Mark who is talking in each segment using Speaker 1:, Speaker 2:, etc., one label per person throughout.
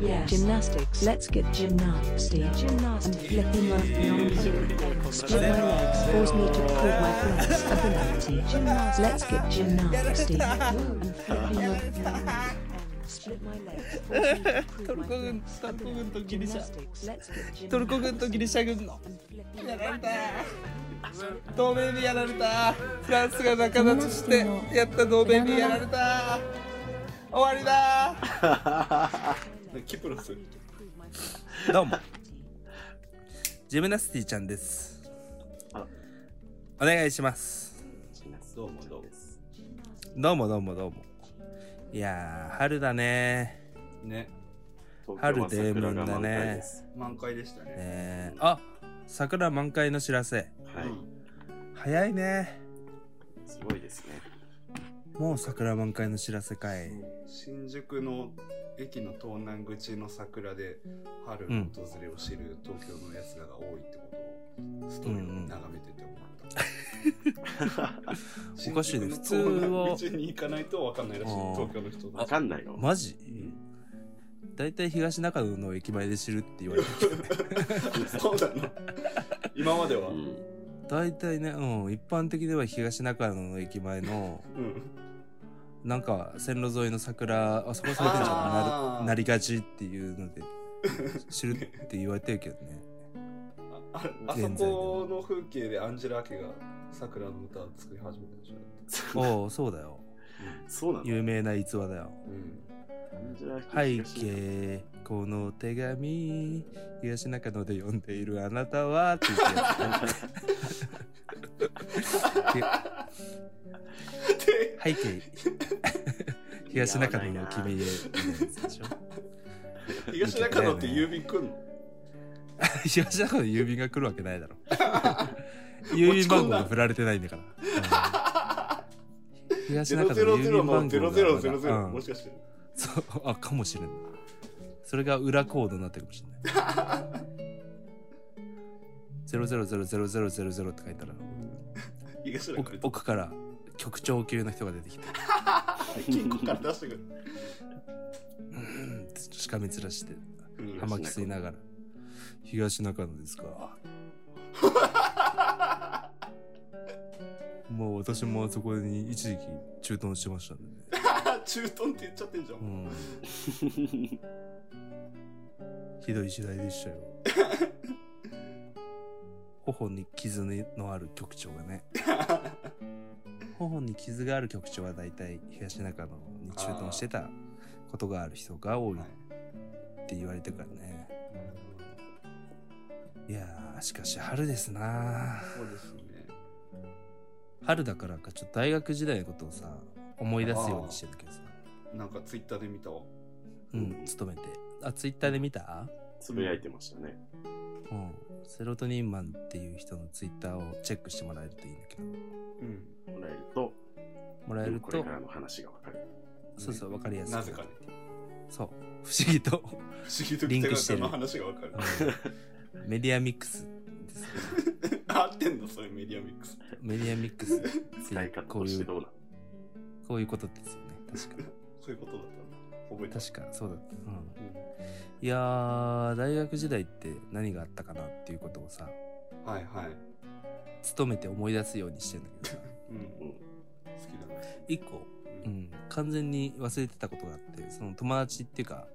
Speaker 1: Yes.
Speaker 2: Gymnastics. Let's get gymnastic. I'm flipping right now. Split my legs. Force me to prove my flexibility. Gymnastics. Let's get gymnastic. I'm flipping right now. Split my legs. Force me to prove my
Speaker 3: トルコ軍、韓国軍と
Speaker 2: flexibility.
Speaker 3: ギリシャ。
Speaker 2: Gymnastics. Let's get gymnastic.
Speaker 3: トルコ軍とギリシャ軍のやられた同盟にやられたフランスが仲立ちしてやった同盟にやられた終わりだ
Speaker 4: キプロス
Speaker 3: どうもジムナスティちゃんです
Speaker 4: あ
Speaker 3: お願いします
Speaker 4: どうもどうも
Speaker 3: どうもどうもどうもいやー春だね
Speaker 4: ね
Speaker 3: 春でみんなね
Speaker 4: 東京は桜が満開です
Speaker 5: 満開でしたね。
Speaker 3: ねあ桜満開の知らせ
Speaker 4: はい
Speaker 3: 早いね
Speaker 4: すごいですね
Speaker 3: もう桜満開の知らせかい
Speaker 5: 新宿の駅の東南口の桜で春の訪れを知る東京の奴らが多いってことをストーリーを眺めてて思った。
Speaker 3: おかしいね
Speaker 5: 新
Speaker 3: 普通
Speaker 5: 宿の東
Speaker 3: は
Speaker 5: 南口に行かないとわかんないらしい
Speaker 3: あー
Speaker 5: 東京の人
Speaker 4: わ
Speaker 5: たち。
Speaker 4: かんないの
Speaker 3: マジ
Speaker 5: うん
Speaker 3: 大体東中野の駅前で知るって言われてる
Speaker 5: そうだな。今までは。
Speaker 4: う
Speaker 5: うん。
Speaker 4: ん
Speaker 3: 大体ねうん一般的では東中野の駅前のなんか線路沿いの桜あそこ咲いてんじゃん
Speaker 5: あー
Speaker 3: ななりがちっていうので知るって言われてるけど ね
Speaker 5: あああそこの風景でアンジェラ・アキが桜の歌を作り始めたでしょ。
Speaker 3: おおそうだよ
Speaker 4: そうなの
Speaker 3: 有名な逸話だよ
Speaker 5: うん。
Speaker 3: 背景この手紙東中野で読んでいるあなたはって言ってや
Speaker 5: で、
Speaker 3: つ背景東中野の君へみたいなやつでしょ
Speaker 5: 東中野って郵便来んの
Speaker 3: 東中野に郵便が来るわけないだろ郵便番号が振られてないんだから、うん東
Speaker 5: ゼ
Speaker 3: 中
Speaker 5: ロゼ
Speaker 3: 野の郵便
Speaker 5: ロゼロ
Speaker 3: 番
Speaker 5: のゼ
Speaker 3: 号
Speaker 5: ロ
Speaker 3: が
Speaker 5: ゼロゼロゼロ
Speaker 3: うん
Speaker 5: もしかして
Speaker 3: そうあかもしれないそれが裏コードになってるかもしれない00000000って書いたら
Speaker 5: 東中
Speaker 3: 奥
Speaker 5: 野
Speaker 3: 奥から局長級の人が出てきて
Speaker 5: 金庫 から出してくる。
Speaker 3: うんってしかめ面して
Speaker 5: うん
Speaker 3: 葉巻吸いながら「東中野ですか」もう私もあそこに一時期駐屯してましたね、
Speaker 5: あ中東って言っちゃってんじゃ。
Speaker 3: うんん、ひどい時代でしたよ頬に傷のある局長がね頬に傷がある局長は大体東中野に駐屯してたことがある人が多いって言われてるからね、いやーしかし春ですな
Speaker 5: そうですね。
Speaker 3: 春だからかちょっと大学時代のことをさ思い出すようにしてるけどさ
Speaker 5: なんかツイッターで見たわ。
Speaker 3: うん勤めてあツイッターで見た
Speaker 4: つぶやいてましたね
Speaker 3: うんセロトニンマンっていう人のツイッターをチェックしてもらえるといいんだけど
Speaker 5: うん。
Speaker 4: もらえると
Speaker 3: もらえる
Speaker 4: これ
Speaker 3: と
Speaker 4: からの話がわかる
Speaker 3: そうそうわかりやすい
Speaker 5: なぜかね。
Speaker 3: そう不思議と
Speaker 5: 不思議と
Speaker 3: リンクして
Speaker 5: 北
Speaker 3: る
Speaker 5: 川の話がわかる。
Speaker 3: メディアミックスですよ
Speaker 5: 合ってんのそういうメディアミックス。
Speaker 3: メディアミックスって
Speaker 4: 使い方としてどうなの
Speaker 3: こういうことですよね確か
Speaker 5: そういうことだったの。覚えた。
Speaker 3: 確かそうだった、うん、いやー大学時代って何があったかなっていうことをさ
Speaker 5: うんはいはい。
Speaker 3: 勤めて思い出すようにしてんだけどさ
Speaker 5: うん。
Speaker 4: う
Speaker 5: 好
Speaker 4: ん
Speaker 5: きだね。
Speaker 3: 一個、う
Speaker 5: うん
Speaker 3: ん、完全に忘れてたことがあってその友達っていうか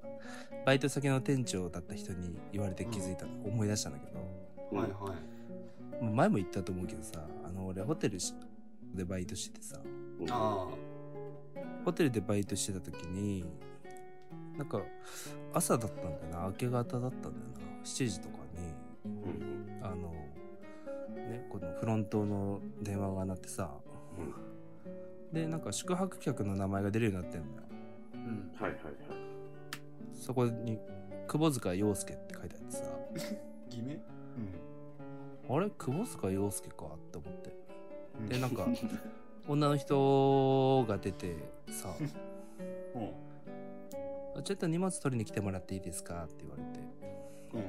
Speaker 3: バイト先の店長だった人に言われて気づいたの、思い出したんだけど
Speaker 4: うん
Speaker 5: はいはい。
Speaker 3: 前も言ったと思うけどさあの俺ホテルしでバイトしててさ
Speaker 4: うん
Speaker 5: あ
Speaker 3: ホテルでバイトしてた時になんか朝だったんだよな明け方だったんだよな7時とかに
Speaker 4: うん
Speaker 3: あのねこのフロントの電話が鳴ってさ、でなんか宿泊客の名前が出るようになってんだよ
Speaker 5: あ。うん。
Speaker 4: はいはい
Speaker 3: そこに窪塚洋介って書いてあってさ
Speaker 5: 偽名
Speaker 3: あれ窪塚洋介かって思って
Speaker 5: うん。
Speaker 3: でなんか女の人が出てさ
Speaker 5: うん。
Speaker 3: 「ちょっと荷物取りに来てもらっていいですか?」って言われて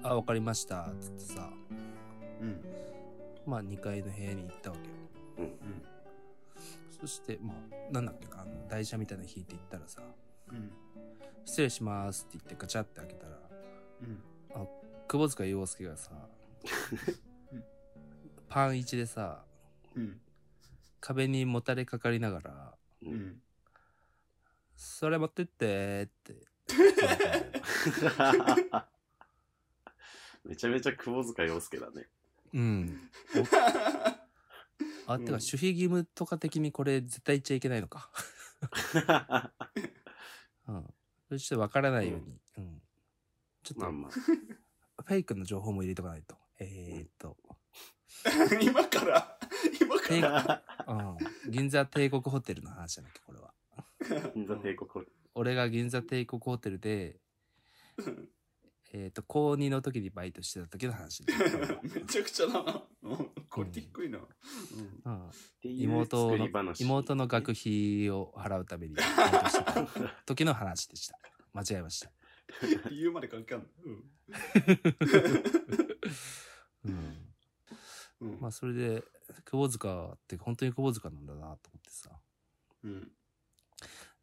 Speaker 5: うん。
Speaker 3: 「あわかりました」っつってさ
Speaker 5: うん。
Speaker 3: まあ2階の部屋に行ったわけよ
Speaker 5: うん。
Speaker 3: そしてまあなんだっけかあの台車みたいなの引いて行ったらさ
Speaker 5: うん。
Speaker 3: 失礼しますって言ってガチャって開けたら、
Speaker 5: うん
Speaker 3: 窪塚洋介がさ
Speaker 5: うん、
Speaker 3: パン一でさ、
Speaker 5: うん
Speaker 3: 壁にもたれかかりながら、
Speaker 5: う
Speaker 4: うん
Speaker 3: それ持ってってーって。
Speaker 4: めちゃめちゃ窪塚洋介 だね。
Speaker 3: うん。あ、
Speaker 5: うん
Speaker 3: てか、守秘義務とか的にこれ絶対言っちゃいけないのか。うん。それちょっとわからないように。うん。ちょっ
Speaker 4: まあ
Speaker 3: と、
Speaker 4: まあ。
Speaker 3: フェイクの情報も入れとかないと。えー、っと、
Speaker 5: 今から今
Speaker 3: フェイ
Speaker 5: か
Speaker 3: ク、うん。銀座帝国ホテルの話じゃなきゃ、これは。
Speaker 5: ら
Speaker 4: 銀座帝国
Speaker 3: 俺が銀座帝国ホテルで、えー、っと、高2の時にバイトしてた時の話で。
Speaker 5: めちゃくちゃだなうんこれ低いなうん
Speaker 3: うん、
Speaker 4: っていう
Speaker 3: 妹
Speaker 4: 作
Speaker 3: の
Speaker 4: り話。
Speaker 3: 妹の 学費を払うためにバイトしてた時の話でした。間違えました。
Speaker 5: 理由まで関係ある
Speaker 3: うん
Speaker 5: うんうん
Speaker 3: まあそれで窪塚って本当に窪塚なんだなと思ってさ
Speaker 5: うん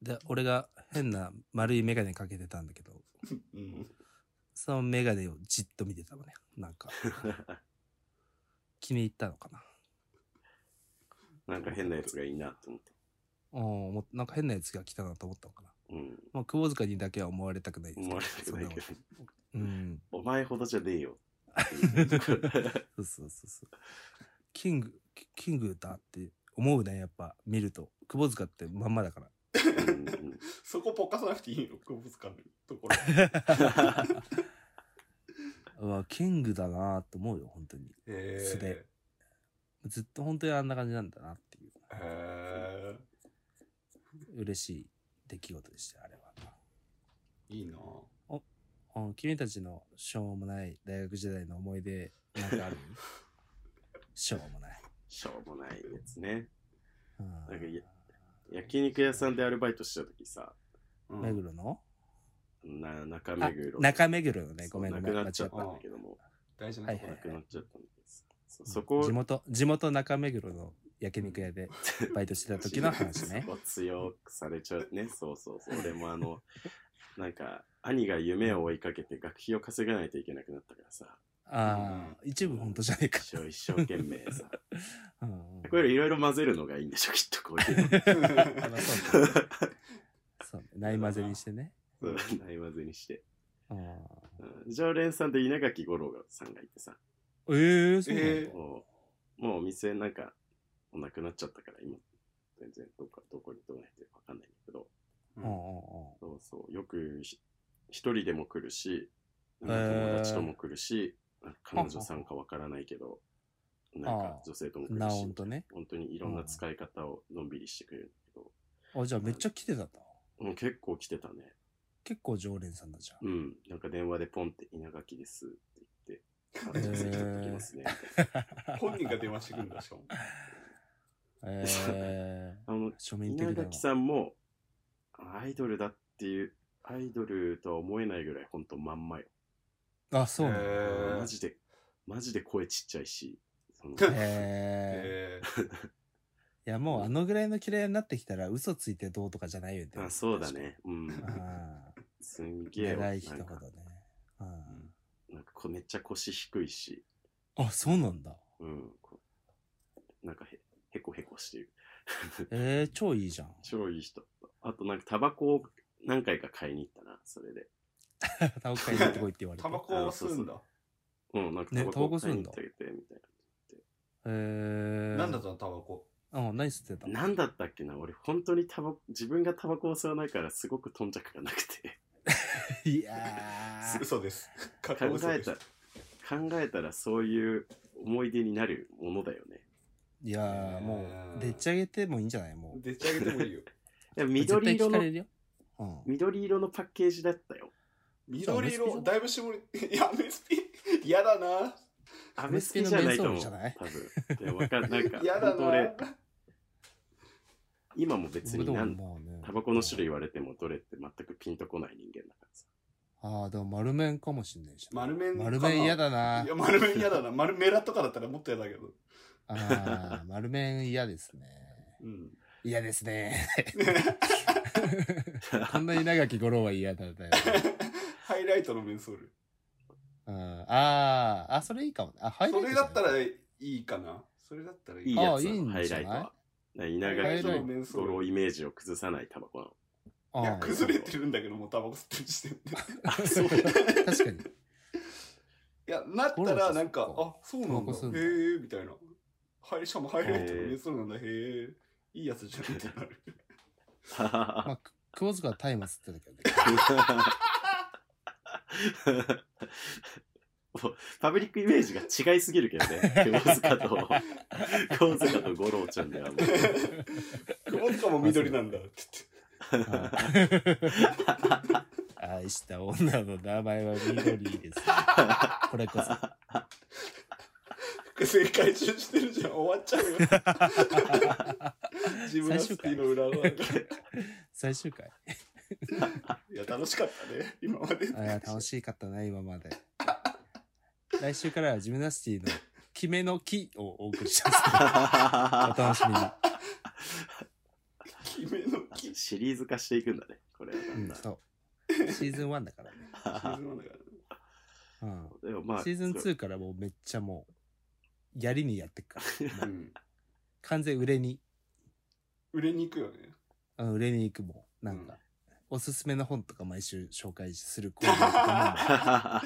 Speaker 3: で俺が変な丸い眼鏡かけてたんだけど
Speaker 5: うん
Speaker 3: その眼鏡をじっと見てたのねなん か気に入ったのかな
Speaker 4: なんか変なやつがいいなって思って。
Speaker 3: おもなんか変なやつが来たなと思ったのかな、
Speaker 4: うん。
Speaker 3: まあ、窪塚にだけは思われたくないです
Speaker 4: 思われてないけど
Speaker 3: そんなこと、うん
Speaker 4: お前ほどじゃね えよ。
Speaker 3: そうそうそうそうキングキキングだって思うねやっぱ見ると窪塚ってまんまだから
Speaker 4: うん
Speaker 5: そこぽかさなくていいの久保塚の ところ
Speaker 3: うわキングだなと思うよ本当に
Speaker 5: へ
Speaker 3: 素で
Speaker 5: え
Speaker 3: ずっと本当にあんな感じなんだなっていう
Speaker 5: へえ
Speaker 3: 嬉しい出来事でしたよあれは。
Speaker 5: いいな
Speaker 3: うん君たちのしょうもない大学時代の思い出なんかある しょうもない。
Speaker 4: しょうもないやつね。
Speaker 3: うん
Speaker 4: なんかいや焼肉屋さんでアルバイトした時さ、
Speaker 5: うん
Speaker 3: 目黒の
Speaker 4: な中
Speaker 3: あ
Speaker 4: 目黒。
Speaker 3: 中目黒のね、ご
Speaker 4: そう
Speaker 3: めんごめん。
Speaker 4: なく
Speaker 3: 間違
Speaker 4: なっちゃ
Speaker 3: っ。
Speaker 4: ったたんだけども、
Speaker 5: 大事なとこ
Speaker 3: は
Speaker 5: だ
Speaker 4: ないくなっちゃったんです。そそ
Speaker 3: 地
Speaker 4: こ、
Speaker 3: 元、地元中目黒の焼肉屋でバイトしてた時の話 ね
Speaker 4: そ。こ強くされちゃうね。そうそうそう。俺もあの、なんか、兄が夢を追いかけて学費を稼がないといけなくなったからさ、
Speaker 3: ああ、一部本当じゃねえか。
Speaker 4: 一生一生懸命さ。
Speaker 3: うんうん
Speaker 4: これいろいろ混ぜるのがいいんでしょ、きっとこういうの。
Speaker 3: あ まあそうねそうねない混ぜにしてね。
Speaker 4: そうない混ぜにして。
Speaker 3: うん
Speaker 4: うん常連さんで稲垣吾郎さんがいてさ、
Speaker 3: ええそうなんだ
Speaker 5: ええ
Speaker 4: もう、もうお店なんか、もうなくなっちゃったから、今、全然どこどこにどうなってるかわかんないんだけど、
Speaker 5: う
Speaker 3: うんうんうん
Speaker 5: ん
Speaker 4: そうそう、よくひ一人でも来るし、なん
Speaker 3: へ
Speaker 4: か
Speaker 3: ー
Speaker 4: 友達とも来るし、なんか彼女さんかわからないけど、なんか女性とも来る
Speaker 3: なおん
Speaker 4: し、
Speaker 3: とね。
Speaker 4: 本当にいろんな使い方をのんびりしてくれるんだけど、
Speaker 3: あ、じゃあめっちゃ来てたんだ。
Speaker 4: うん、結構来てたね。
Speaker 3: 結構常連さんだじゃん。
Speaker 4: うん、なんか電話でポンって稲垣ですって言って、あ
Speaker 3: へー
Speaker 4: じゃあ席取ってきますね。
Speaker 5: 本人が電話してくるんだしかも
Speaker 3: え
Speaker 4: あの
Speaker 3: ー、庶民的
Speaker 4: 稲
Speaker 3: だな。
Speaker 4: 垣さんもアイドルだっていうアイドルとは思えないぐらいほんとまんまよ、
Speaker 3: あ、そうなんだ。
Speaker 5: へー
Speaker 4: マジでマジで声ちっちゃいしその
Speaker 3: え
Speaker 5: へえ
Speaker 3: ー、いやもうあのぐらいの嫌いになってきたら嘘ついてどうとかじゃないよね。
Speaker 4: あそうだねうん
Speaker 3: あー。
Speaker 4: すんげえよな
Speaker 3: 偉
Speaker 4: ん
Speaker 3: い人ほ
Speaker 4: か
Speaker 3: どね。うん
Speaker 4: なんかこうめっちゃ腰低いし、
Speaker 3: あ、そうなんだ。
Speaker 4: うん、こうなんかへへこへこしてる
Speaker 3: えー、超いいじゃん。
Speaker 4: 超いい人あとなんかタバコを何回か買いに行ったなそれで
Speaker 3: タバコ買いに行ってこいって言われて。
Speaker 5: タバコを吸うんだ
Speaker 4: うんなんか
Speaker 3: ね
Speaker 4: タバコ
Speaker 3: タバコ
Speaker 4: を
Speaker 3: 吸う
Speaker 4: 買い
Speaker 3: ん
Speaker 4: に
Speaker 3: だ
Speaker 4: 行ってあげてみたいな
Speaker 3: えー、
Speaker 5: なんだったのタバコ
Speaker 3: うん、何吸ってた
Speaker 4: なんだったっけな俺本当にタバコ自分がタバコを吸わないからすごく頓着がなくて
Speaker 3: いやー。
Speaker 5: 嘘です考
Speaker 4: 考えた考えたらそういう思い出になるものだよね
Speaker 3: いやー、もう、でっち上げてもいいんじゃないもう。
Speaker 5: 出ち上げても いいよ
Speaker 4: いや緑
Speaker 3: 絶対
Speaker 4: 色
Speaker 3: 聞か
Speaker 4: の
Speaker 3: れるよ。うん。
Speaker 4: 緑色のパッケージだったよ
Speaker 5: 緑色だいぶ絞りいやメスピ 嫌だな
Speaker 4: ア
Speaker 3: メ
Speaker 4: メ
Speaker 3: ス
Speaker 4: ス
Speaker 3: ピ
Speaker 4: ピ
Speaker 3: の
Speaker 4: じゃないと思
Speaker 3: メン
Speaker 4: う
Speaker 3: ソール
Speaker 4: 多分いやわか んなんか
Speaker 5: 嫌だ
Speaker 4: 本当俺
Speaker 5: な
Speaker 4: 今も別にな
Speaker 3: 俺
Speaker 4: ん
Speaker 3: でもまあね
Speaker 4: タバコの種類言われてもどれって全くピンとこない人間だからさ
Speaker 3: ああ、でも丸麺かもしんないし。
Speaker 5: 丸麺かな。
Speaker 3: 丸麺嫌だない
Speaker 5: や丸め嫌だな丸めらとかだったらもっと嫌だけど
Speaker 3: ああー、丸麺嫌ですね。
Speaker 5: うん
Speaker 3: 嫌ですね。こんなに長き五郎は嫌だったよね。
Speaker 5: ハイライトのメンソール。
Speaker 3: うんあーあ、それいいかもね。あ、ハイライ
Speaker 5: そ
Speaker 3: ト
Speaker 5: れ
Speaker 3: じゃ
Speaker 5: だ
Speaker 3: ない
Speaker 5: ったらいいかな。それだったらい
Speaker 4: い
Speaker 5: い。
Speaker 4: い
Speaker 3: あ
Speaker 4: や
Speaker 3: あ
Speaker 4: つ
Speaker 3: いい
Speaker 4: なの
Speaker 3: ん
Speaker 4: ハイ
Speaker 3: じゃ
Speaker 4: ラ
Speaker 3: ない
Speaker 4: イトは。な稲
Speaker 5: ハイ
Speaker 4: 垣
Speaker 5: ライト
Speaker 4: の
Speaker 5: のメンソー
Speaker 4: ドロ
Speaker 5: ル。
Speaker 4: ーイメージを崩さないタバコなの。
Speaker 3: あ
Speaker 5: い
Speaker 3: ー
Speaker 5: や、崩れてるんだけど、もうタバコ吸ってる時点で。
Speaker 4: あ、そう。
Speaker 3: 確かに。
Speaker 5: いや、なったら、なんか、あ、そうなん
Speaker 3: タバコ
Speaker 5: だ。
Speaker 3: 吸うんだ
Speaker 5: へえ、みたいな。はい、しかもハイライトのメンソールなんだ。へえ、いいやつじゃんって なる。
Speaker 3: まあ、クオズカはタイマスってたけどね。
Speaker 4: もうパブリックイメージが違いすぎるけどね。小塚と、小塚と五郎ちゃんではもう。
Speaker 5: 雲とかも緑なんだ。って
Speaker 3: 愛した女の名前は緑です。これこそ。
Speaker 5: 言って。正解中してるじゃん。終わっちゃう よ。自分のスティの裏側が。い
Speaker 3: 最終回。
Speaker 5: や、楽しかったね。今まで。
Speaker 3: あー楽しかったな、今まで。来週からはジムナスティの決めの木をお送りします。お楽しみに。
Speaker 5: 決めの木。シ
Speaker 4: シリーズ化していくんだね。これはだん
Speaker 3: うん、
Speaker 4: だん
Speaker 3: そう。シーズン1だからね。
Speaker 5: ーズンなんだから
Speaker 3: うん。
Speaker 4: でもまあ、
Speaker 3: シーズン
Speaker 4: そう
Speaker 3: 2からもうめっちゃもう、やりにやってくから。
Speaker 5: うん
Speaker 3: 完全売れに、
Speaker 5: 売れに行くよね。
Speaker 3: うん売れに行くもん。なんか、
Speaker 5: うん
Speaker 3: おすすめの本とか毎週紹介するコーナーとか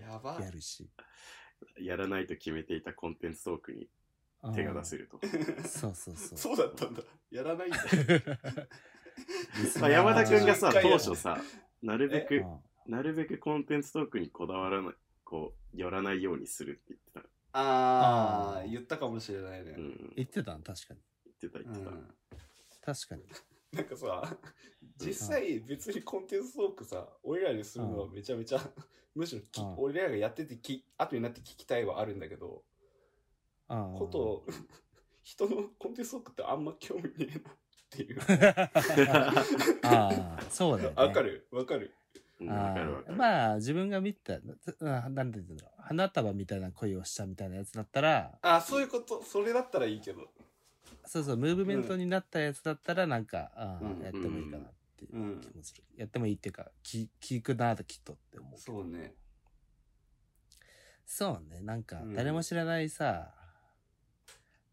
Speaker 5: やば
Speaker 3: もや
Speaker 5: い。
Speaker 3: るし。
Speaker 4: やらないと決めていたコンテンツトークに
Speaker 3: うん
Speaker 4: 手が出せると。
Speaker 3: そうそうそう。
Speaker 5: そうだったんだ。やらないんだ。
Speaker 4: まあ、山田君がさ、
Speaker 5: 一回
Speaker 4: 当
Speaker 5: や
Speaker 4: 初さ、なるべ
Speaker 3: う
Speaker 4: く、
Speaker 3: ん
Speaker 4: なるべくコンテンツトークにこだわらない、こう、寄らないようにするって言ってた。
Speaker 5: あ
Speaker 3: あ
Speaker 5: あ、
Speaker 3: ー
Speaker 5: 言ったかもしれないね
Speaker 4: う。ん、言
Speaker 3: 言ってたの確かに。
Speaker 4: ってた言
Speaker 5: う
Speaker 4: ってた。
Speaker 5: ん
Speaker 3: 確かに。
Speaker 5: なんかさ、実際別にコンテンツトークさ、俺らにするのはめちゃめ ちゃ、むしろき
Speaker 3: うん
Speaker 5: 俺らがやっててき、後になって聞きたいはあるんだけど、
Speaker 3: うん
Speaker 5: こと を、人のコンテンツトークってあんま興味ねえなってい う。
Speaker 3: ああ、そうだよ、ね。
Speaker 5: わかるわかる。
Speaker 4: うん
Speaker 3: ああ
Speaker 4: わかるわかる。
Speaker 3: まあ、自分が見た、ななんて言うんだろう。花束みたいな恋をしたみたいなやつだったら、
Speaker 5: あ、そういうこと、それだったらいいけど。
Speaker 3: そうそう、ムーブメントになったやつだったら、なんか、ああ
Speaker 5: うん
Speaker 3: やってもいいかなっていう
Speaker 5: うん
Speaker 3: 気。もする。やってもいいっていうか、き聞くなときっとって思う。
Speaker 5: そうね。
Speaker 3: そうね、なんか
Speaker 5: う、ん
Speaker 3: 誰も知らないさ、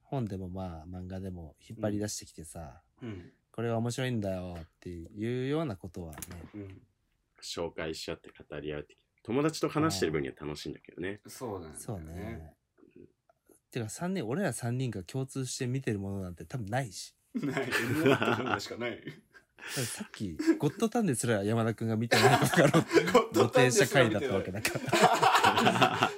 Speaker 3: 本でもまあ、漫画でも引っ張り出してきてさ、
Speaker 5: うん。
Speaker 3: これは面白いんだよっていうようなことはね、
Speaker 5: うん。
Speaker 4: 紹介し合って語り合うって。友達と話してる分には楽しいんだけどね。
Speaker 5: そうなんだよ
Speaker 3: そうね。てか三人、俺ら3人が共通して見てるものなんて多分ないし。
Speaker 5: ない。M1 ってのし かない。
Speaker 3: さっき、 ゴッドタンですら山田くんが見てないのかろうって
Speaker 5: ゴッ
Speaker 3: 露
Speaker 5: ドタ
Speaker 3: 呈
Speaker 5: ンで
Speaker 3: した
Speaker 5: すら見
Speaker 3: 回
Speaker 5: て
Speaker 3: だ
Speaker 5: な
Speaker 3: っ
Speaker 5: い
Speaker 3: たわけだから。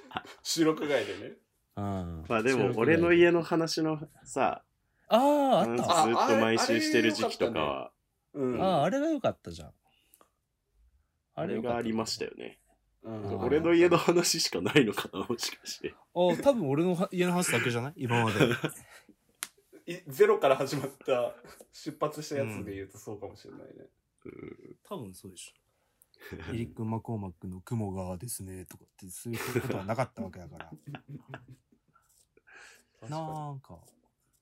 Speaker 5: 収録外でね。
Speaker 3: うん
Speaker 4: まあでも、俺の。家の話のさ、
Speaker 3: ああ、あっ。
Speaker 4: ずった
Speaker 5: あ
Speaker 4: と毎週してる時期とかは、
Speaker 5: う
Speaker 3: ああ、あれが良かったじゃん。
Speaker 4: あれ
Speaker 3: 良かった
Speaker 4: がありましたよね。
Speaker 5: うん
Speaker 3: あ
Speaker 4: 俺の家の話しかないのかな、もしかして。
Speaker 3: あ多分俺の家の話だけじゃない今まで。
Speaker 5: いゼロから始まった出発したやつで言うとそうかもしれないね。
Speaker 3: 多分そうでし ょ。イリック・マコーマックの雲がですね、とかって、そういうことはなかったわけだから。なんか、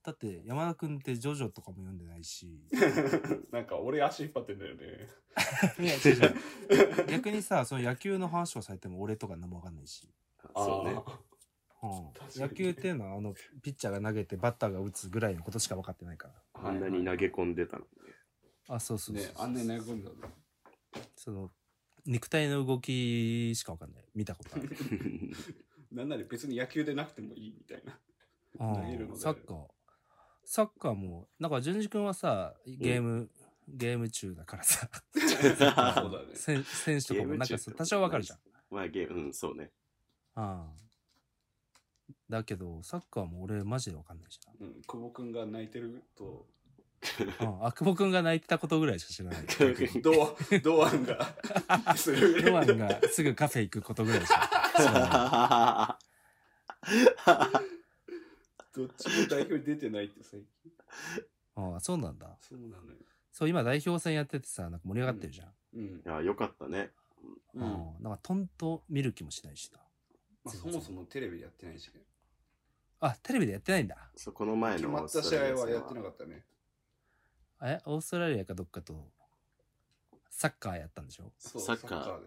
Speaker 3: だって山田くんってジョジョとかも読んで ないし。
Speaker 5: なんか俺足引っ張ってんだよね。
Speaker 3: いや違う違う 逆にさ、その野球の話をされても俺とか何もわかんないし。
Speaker 4: そうね。
Speaker 3: うん
Speaker 5: 確かに
Speaker 3: 野球っていうのはあの、ピッチャーが投げてバッターが打つぐらいのことしか分かってないから。
Speaker 5: あー
Speaker 4: あんなに投げ込んでたの。
Speaker 3: あ、そうそうそう
Speaker 5: ね、あんなに投げ込んだの
Speaker 3: その、肉体の動きしか分かんない。見たことある。
Speaker 5: なんなら別に野球でなくてもいいみたいな。
Speaker 3: あ
Speaker 5: 投げるの
Speaker 3: あ
Speaker 5: で
Speaker 3: サッカー。サッカーも、なんか、淳二君はさ、ゲーム、ゲーム中だからさ、
Speaker 5: そうだね。
Speaker 3: 選選手とかもなんかさ、
Speaker 4: ゲーム中ってこと
Speaker 3: 多少わかるじゃん。
Speaker 4: まあゲーム、うん、そ うね。
Speaker 3: ああだけど、サッカーも俺マジでわかんないし
Speaker 5: うん、久保くんが泣いてる と、
Speaker 3: な。うん。あくぼくんが泣いてたことぐらいしか知らない。
Speaker 5: 堂堂安が、するぐ
Speaker 3: ロ
Speaker 5: ら
Speaker 3: ア
Speaker 5: い
Speaker 3: ンがすぐカフェ行くことぐらいし か。そう
Speaker 5: どっちも代表に出てないって最近。
Speaker 3: ああそうなんだ。
Speaker 5: そうなのよ。
Speaker 3: そう、今代表戦やっててさ、なんか盛り上がってるじゃん。
Speaker 5: うん
Speaker 4: い。や、よかったね。
Speaker 5: うんま
Speaker 3: うん。なんか、とんと見る気もしないしな。
Speaker 5: あ、そもそもテレビでやってないしね。
Speaker 3: あ、テレビでやってないんだ。
Speaker 4: そうこの前の
Speaker 5: 決まった試合はやってなかったね。
Speaker 3: え、オーストラリアかどっかとサッカーやったんでしょ
Speaker 5: そう
Speaker 4: サッカー
Speaker 5: で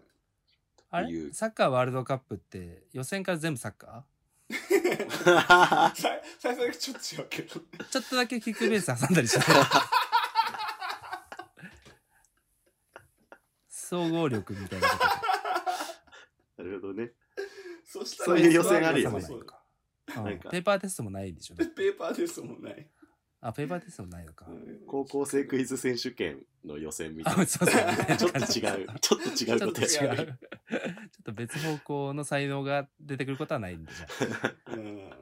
Speaker 3: あれ
Speaker 4: いう
Speaker 3: サッカーワールドカップって予選から全部サッカ
Speaker 5: さい最初だけちょっと違うけど
Speaker 3: ーちょっとだけキックベース挟んだり してた総合力みたいなこと
Speaker 4: なるほどね。
Speaker 5: そしたら
Speaker 4: そういう予選あるよね
Speaker 5: そう
Speaker 3: うん
Speaker 4: なんか
Speaker 3: ペーパーテストもないでしょ
Speaker 5: そう ペーパーですもんない
Speaker 3: あペーパーテストもないのか、
Speaker 4: 高校生クイズ選手権の予選みた
Speaker 3: あ
Speaker 4: い な。ち
Speaker 3: そうそうみたいな
Speaker 4: ょっと
Speaker 3: 感じ
Speaker 4: 違う。ちょっと違うことや
Speaker 5: ち
Speaker 3: ち
Speaker 5: ょ
Speaker 3: ょ
Speaker 5: っ
Speaker 3: っと
Speaker 5: と
Speaker 3: 違
Speaker 5: 違
Speaker 3: うちょっと別方向の才能が出てくることはないんでじゃあ
Speaker 5: うん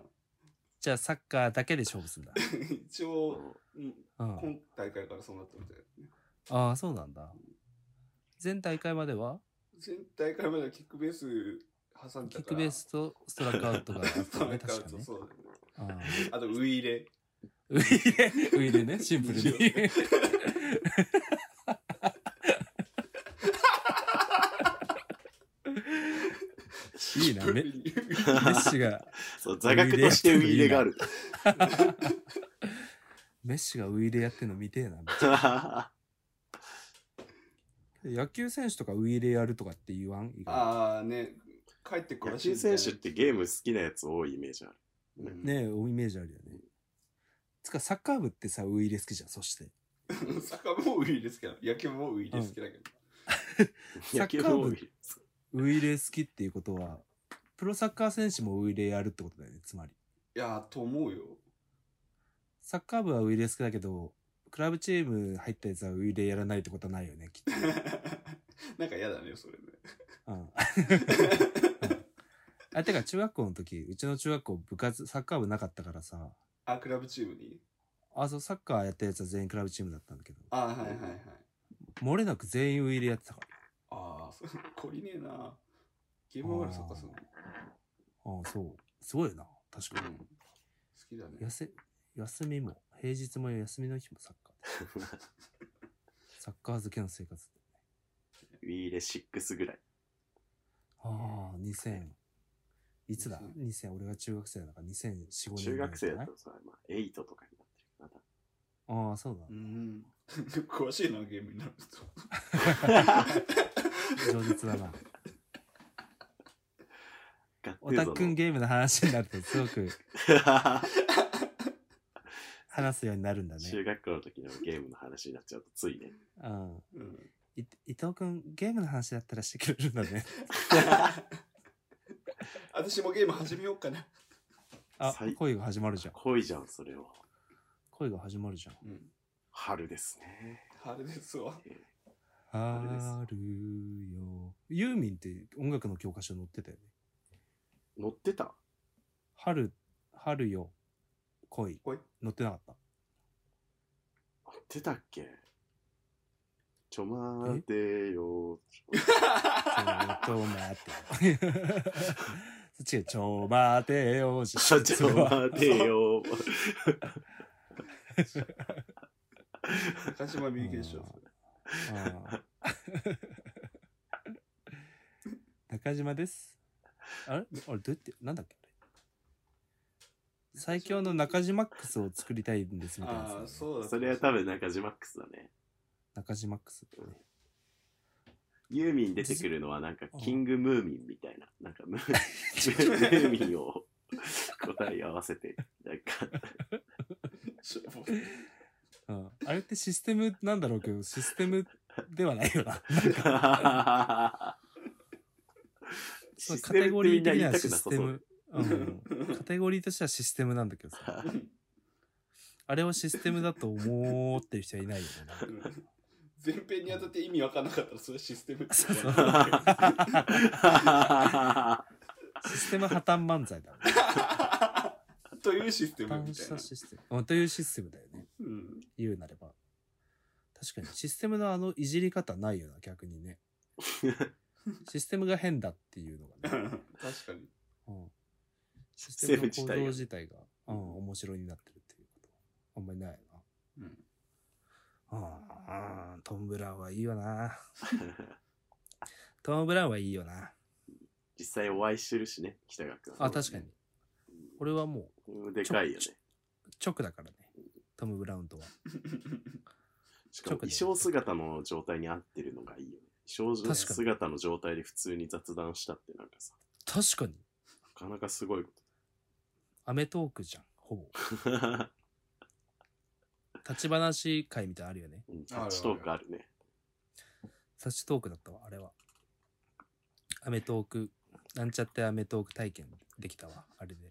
Speaker 3: じゃあサッカーだけで勝負するんだ、
Speaker 5: 一応、うん
Speaker 3: うん、
Speaker 5: 今大会からそうなったみたいですね
Speaker 3: ああそうなんだ前大会までは
Speaker 5: 前大会まではキックベース挟んだか
Speaker 3: キッ
Speaker 5: ら
Speaker 3: クベースと ストラックアウトがあったよね
Speaker 5: そう
Speaker 3: 確かね
Speaker 5: そうだね
Speaker 3: ああ
Speaker 5: あとウイイレ
Speaker 3: ウイレウイレ ねシンプルに
Speaker 5: いい
Speaker 3: いいなめメッシが
Speaker 4: そう座学としてウィーレがある。
Speaker 3: メッシがウイレやってんの見てえな野球選手とかウイレやるとかって言わん意外
Speaker 5: ああね帰ってくる
Speaker 4: 野
Speaker 5: らしい
Speaker 4: 球
Speaker 5: みたいな
Speaker 4: 選手ってゲーム好きなやつ多いイメージある。
Speaker 5: うん
Speaker 3: ねえおイメージあるよねつかサッカー部ってさウイレ好きじゃんそして
Speaker 5: サッカーもウイですけど、野球もウイですけど、
Speaker 4: 野球も多い。
Speaker 3: ウイレ好きっていうことはプロサッカー選手もウイレやるってことだよねつまり
Speaker 5: いやー、と思うよ。
Speaker 3: サッカー部はウイレ好きだけどクラブチーム入ったやつはウイレやらないってことはないよねきっと
Speaker 5: なんか嫌だね、それね。
Speaker 3: うん あてか中学校の時うちの中学校部活サッカー部なかったからさ
Speaker 5: あ、クラブチームに
Speaker 3: あそうサッカーやったやつは全員クラブチームだったんだけど
Speaker 5: あーはいはいはい。
Speaker 3: 漏れなく全員ウイレやってたから
Speaker 5: ああ、そう、こりねえな。ゲームオーバーサッカーするの。
Speaker 3: ああそうすごいよな確か
Speaker 5: うん
Speaker 3: に
Speaker 5: 好きだ
Speaker 3: や
Speaker 5: ね。
Speaker 3: せ休みも平日も休みの日もサッカーサッカー漬けの生活
Speaker 4: ウィーレ6ぐらい。
Speaker 3: ああ2000いつだ2000俺が中学生だから2004 5年
Speaker 4: 中学生
Speaker 3: だ
Speaker 4: だとさ、まあ、8とかになってる。まだ
Speaker 3: ああそうだ
Speaker 5: うん。 詳しいな、ゲームになる と。
Speaker 3: 上実 だな
Speaker 4: ガッ
Speaker 3: オ
Speaker 4: ツ
Speaker 3: タ
Speaker 4: ーゾ
Speaker 3: ッ
Speaker 4: の
Speaker 3: クンゲームの話になるとすごく話すようになるんだね
Speaker 4: 中学校の時のゲームの話になっちゃうとついね。
Speaker 3: うん
Speaker 5: うん。
Speaker 3: い伊藤君ゲームの話だったらしてくれるんだね
Speaker 5: 私もゲーム始めようかな。
Speaker 3: あ
Speaker 4: 最
Speaker 3: 恋が始まるじゃん
Speaker 4: 恋じゃん、それは。
Speaker 3: 恋が始まるじゃん
Speaker 5: うん。
Speaker 4: 春ですね。
Speaker 5: あれですわ。
Speaker 3: あ
Speaker 4: れです
Speaker 3: るよユーミンって音楽の教科書に載ってたよね
Speaker 4: 乗ってた
Speaker 3: 春春よ恋
Speaker 5: 恋
Speaker 3: 載ってなかった
Speaker 4: 乗ってたっけちょ待て よ。
Speaker 3: ちょっと待てよ。違う、ちょ待てよ。
Speaker 4: ちょちょ待てよ。
Speaker 5: 中島みゆきでしょ。
Speaker 3: あー中島です。あれあれ、どうやって、なんだっけあれ最強の中島マックスを作りたいんですみたいなやつだよ
Speaker 5: あ
Speaker 3: ね、
Speaker 5: あ、そうだ。
Speaker 4: それは多分中島マックスだね。
Speaker 3: 中島マックス。
Speaker 4: ユーミン出てくるのはなんかキングムーミンみたいな。なんかムームーミンを答え合わせて。なんか
Speaker 3: うん。あれってシステムなんだろうけど、システムではないよな。なんか、
Speaker 4: シス
Speaker 3: カ
Speaker 4: テ
Speaker 3: テ
Speaker 4: ムっ
Speaker 3: ゴ
Speaker 4: てみ
Speaker 3: リー
Speaker 4: んな
Speaker 3: 的に
Speaker 4: 言い
Speaker 3: は
Speaker 4: たく
Speaker 3: シ
Speaker 4: な
Speaker 3: ス
Speaker 4: さ
Speaker 3: テ
Speaker 4: そう。
Speaker 3: ム。うん。カテゴリーとしてはシステムなんだけどさ。あれをシステムだと思ってる人はいないよね。
Speaker 5: うん前編に当たって意味わかんなかったらそれシステムって
Speaker 3: そう
Speaker 5: 言
Speaker 3: そう
Speaker 5: わない
Speaker 3: システム破綻漫才だもん。
Speaker 5: というシステ
Speaker 3: 破
Speaker 5: ムみ
Speaker 3: 綻
Speaker 5: た
Speaker 3: し
Speaker 5: いな
Speaker 3: た。システム。うんというシステムだよね。
Speaker 5: うん、
Speaker 3: 言うなれば。確かにシステムのあのいじり方ないよな、逆にね。システムが変だっていうのがね。
Speaker 5: 確かに。
Speaker 3: うん、シ
Speaker 4: ス
Speaker 3: ス
Speaker 4: テ
Speaker 3: テ
Speaker 4: ム
Speaker 3: ムの
Speaker 4: 自体が
Speaker 3: 構造自体が、うん、面白いになってるっていうこと。あんまりないよな。
Speaker 5: うん、
Speaker 3: ああ、トム・ブラウンはいいよな。トム・ブラウンはいいよな。
Speaker 4: 実際お会いしてるしね、北川君。
Speaker 3: あ、確かに。俺はもう
Speaker 4: うん。でかいよね。
Speaker 3: 直だからね。トム・ブラウンとは。
Speaker 4: しかも衣装姿の状態に合ってるのがいいよね。衣装
Speaker 3: 確かに
Speaker 4: 姿の状態で普通に雑談したってなんかさ、
Speaker 3: 確かに、
Speaker 4: なかなかすごいこ
Speaker 3: アメトークじゃん、ほぼ。
Speaker 4: と。うん
Speaker 3: 立ち話会みたいなのあるよね。
Speaker 4: タッチトークあるね。
Speaker 3: サッチトークだったわ、あれは。アメトーク、なんちゃってアメトーク体験できたわ、あれで。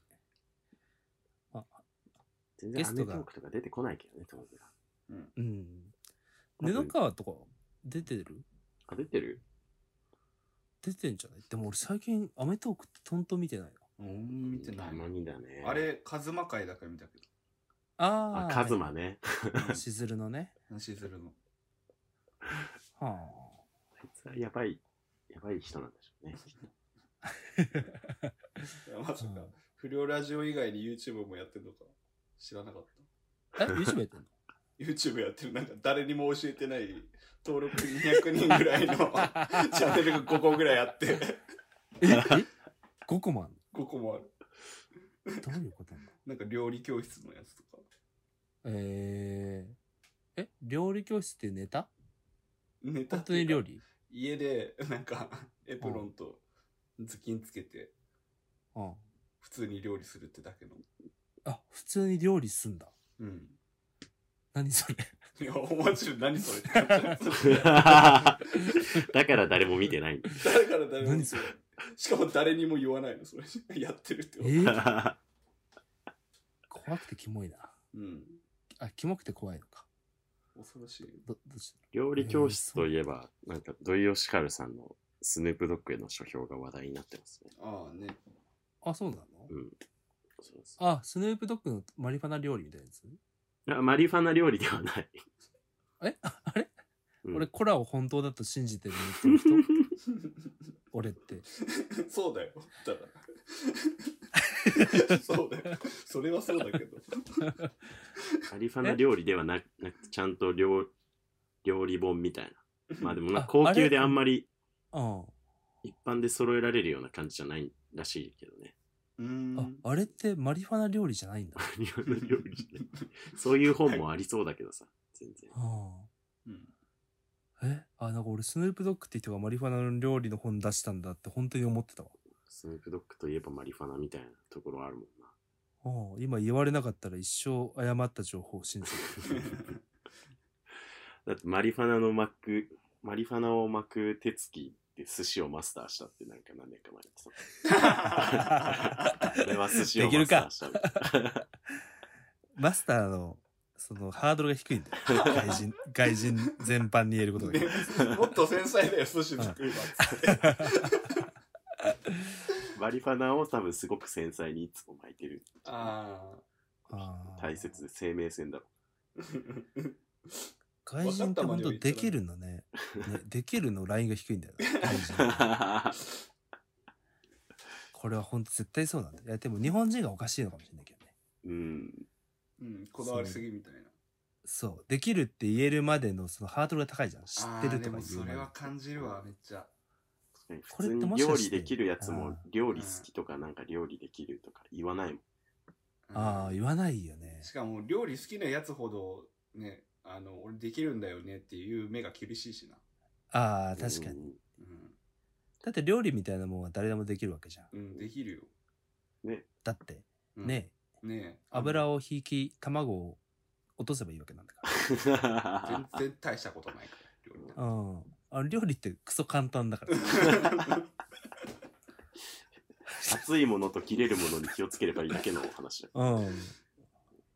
Speaker 4: 全
Speaker 3: ゲ
Speaker 4: 然ア
Speaker 3: ス
Speaker 4: メ
Speaker 3: ト
Speaker 4: ト
Speaker 3: が
Speaker 4: ークとか出てこないけどね、当然。
Speaker 3: うん。
Speaker 4: まあ
Speaker 3: 布川とか出てる
Speaker 4: あ、出てる
Speaker 3: 出てんじゃないでも俺最近アメトークってトントン見てないの。
Speaker 5: うん、見てない
Speaker 4: た。まにだね。
Speaker 5: あれ、カズマ会だけ見たけ
Speaker 3: あ
Speaker 4: あ、
Speaker 3: あ。
Speaker 4: カズマね。
Speaker 5: ど。
Speaker 3: しずるのね。
Speaker 5: 話するの。
Speaker 3: は
Speaker 4: あいつはやばい、やばい人なんでしょ うね。
Speaker 5: いやまさ
Speaker 3: う
Speaker 5: か
Speaker 3: ん、
Speaker 5: 不良ラジオ以外に YouTube もやってるのか知らなかった。
Speaker 3: あ。え、YouTube やってん の
Speaker 5: YouTube やってる、なんか誰にも教えてない、登録200人ぐら いのチャンネルが5個ぐらいあって、
Speaker 3: ええ ?5 個もあん
Speaker 5: 5個もある。
Speaker 3: のどういうことなの
Speaker 5: なんか料理教室のやつとか、
Speaker 3: えー、え、料理教室っていうネタ
Speaker 5: ネタ
Speaker 3: 本
Speaker 5: って
Speaker 3: 当に
Speaker 5: いうか
Speaker 3: 料理
Speaker 5: 家で、なんか、エプロンとズキンつけて、
Speaker 3: うん。
Speaker 5: 普通に料理するってだけの。
Speaker 3: あ、普通に料理すんだ。
Speaker 5: うん。
Speaker 3: 何そ れ。
Speaker 5: いや、お待ち何それってなっちゃう
Speaker 4: だから誰も見てないんだ。
Speaker 5: 誰から誰も
Speaker 3: 何
Speaker 5: 見
Speaker 3: そ
Speaker 5: てしかも誰にも言わないの、それ。 やってるって
Speaker 3: え
Speaker 5: こと。
Speaker 3: ー、怖くてキモいな。
Speaker 5: うん。
Speaker 3: あ、キモくて怖いのか。
Speaker 5: 恐ろしい。
Speaker 3: ど、どうし
Speaker 4: 料理教室といえば、なんか土井善晴さんのスヌープドッグへの書評が話題になってますね。
Speaker 5: ああね。
Speaker 3: あ、そうなの
Speaker 4: うん。そうそう
Speaker 3: あ、スヌープドッグのマリファナ料理みたいなやつ
Speaker 4: いやマリファナ料理ではない。
Speaker 3: えああれ、
Speaker 4: うん
Speaker 3: 俺、コラを本当だと信じてるの ってる人俺って。
Speaker 5: そうだよ。だから。 そうだよ。それはそうだけど。
Speaker 4: マリファナ料理ではなくなくて、ちゃんと料料理本みたいな。まあでもな、
Speaker 3: あ
Speaker 4: 高級で
Speaker 3: あれ
Speaker 4: あんまり
Speaker 3: うん。
Speaker 4: 一般で揃えられるような感じじゃないらしいけどね。
Speaker 5: うー
Speaker 3: あ
Speaker 5: ん。、
Speaker 3: あれってマリファナ料理じゃないんだ。
Speaker 4: マリファナ料理じゃない そういう本もありそうだけどさ、全然。
Speaker 3: う
Speaker 5: うん
Speaker 3: ん。えあ、なんか俺、スヌープドッグって人がマリファナの料理の本出したんだって本当に思ってたわ。
Speaker 4: スヌープドッグといえばマリファナみたいなところあるもんな。
Speaker 3: うん。今言われなかったら一生誤った情報を信 じる。
Speaker 4: だってマリファナの巻く、マリファナを巻く手つきで寿司をマスターしたってなんか何年か前に言ってた。俺は寿司をマスターしたみたい
Speaker 3: マスターの、その、ハードルが低いんだよ。外人、外人全般に言えることが。
Speaker 5: ねもっと繊細だよ、寿司の食いはつって
Speaker 4: マリファナを多分すごく繊細にいつも巻いてる。
Speaker 5: あ
Speaker 3: あー
Speaker 4: 大切で生命線だろ。
Speaker 5: あ。
Speaker 3: 外人って本当できるのねね。できるのラインが低いんだよな。外人これは本当絶対そうなんだ。いや、でも日本人がおかしいのかもしれないけどね。
Speaker 4: うん。
Speaker 5: うん、こだわりすぎみたいな。
Speaker 3: そう。できるって言えるまでのそのハードルが高いじゃん。知っ
Speaker 5: あー
Speaker 3: てる
Speaker 5: で
Speaker 3: とか
Speaker 5: も
Speaker 3: 言う
Speaker 5: そ
Speaker 3: まで
Speaker 5: れは感じるわ、めっちゃ。
Speaker 4: 普通に料理できるやつも料理好きとかなんか料理できるとか言わないもん。
Speaker 5: うん
Speaker 3: ああ、言わないよね
Speaker 5: し。かも料理好きなやつほど、ね、あの、俺できるんだよねっていう目が厳しいしな。
Speaker 3: ああ、確かに。
Speaker 4: に。
Speaker 5: うん
Speaker 3: だって料理みたいなもんは誰でもできるわけじゃん。
Speaker 5: うん、できるよ。
Speaker 3: だって、
Speaker 5: うん
Speaker 3: ね、
Speaker 5: ね
Speaker 3: 油
Speaker 5: を。
Speaker 3: を引き、卵を落とせばいいわけなんだから。
Speaker 5: 全然大したことないから、料理なんて
Speaker 3: うん。あ料理ってクソ簡単だから。
Speaker 4: 熱いものと切れるものに気をつければいいだけのお話だ。
Speaker 3: うん。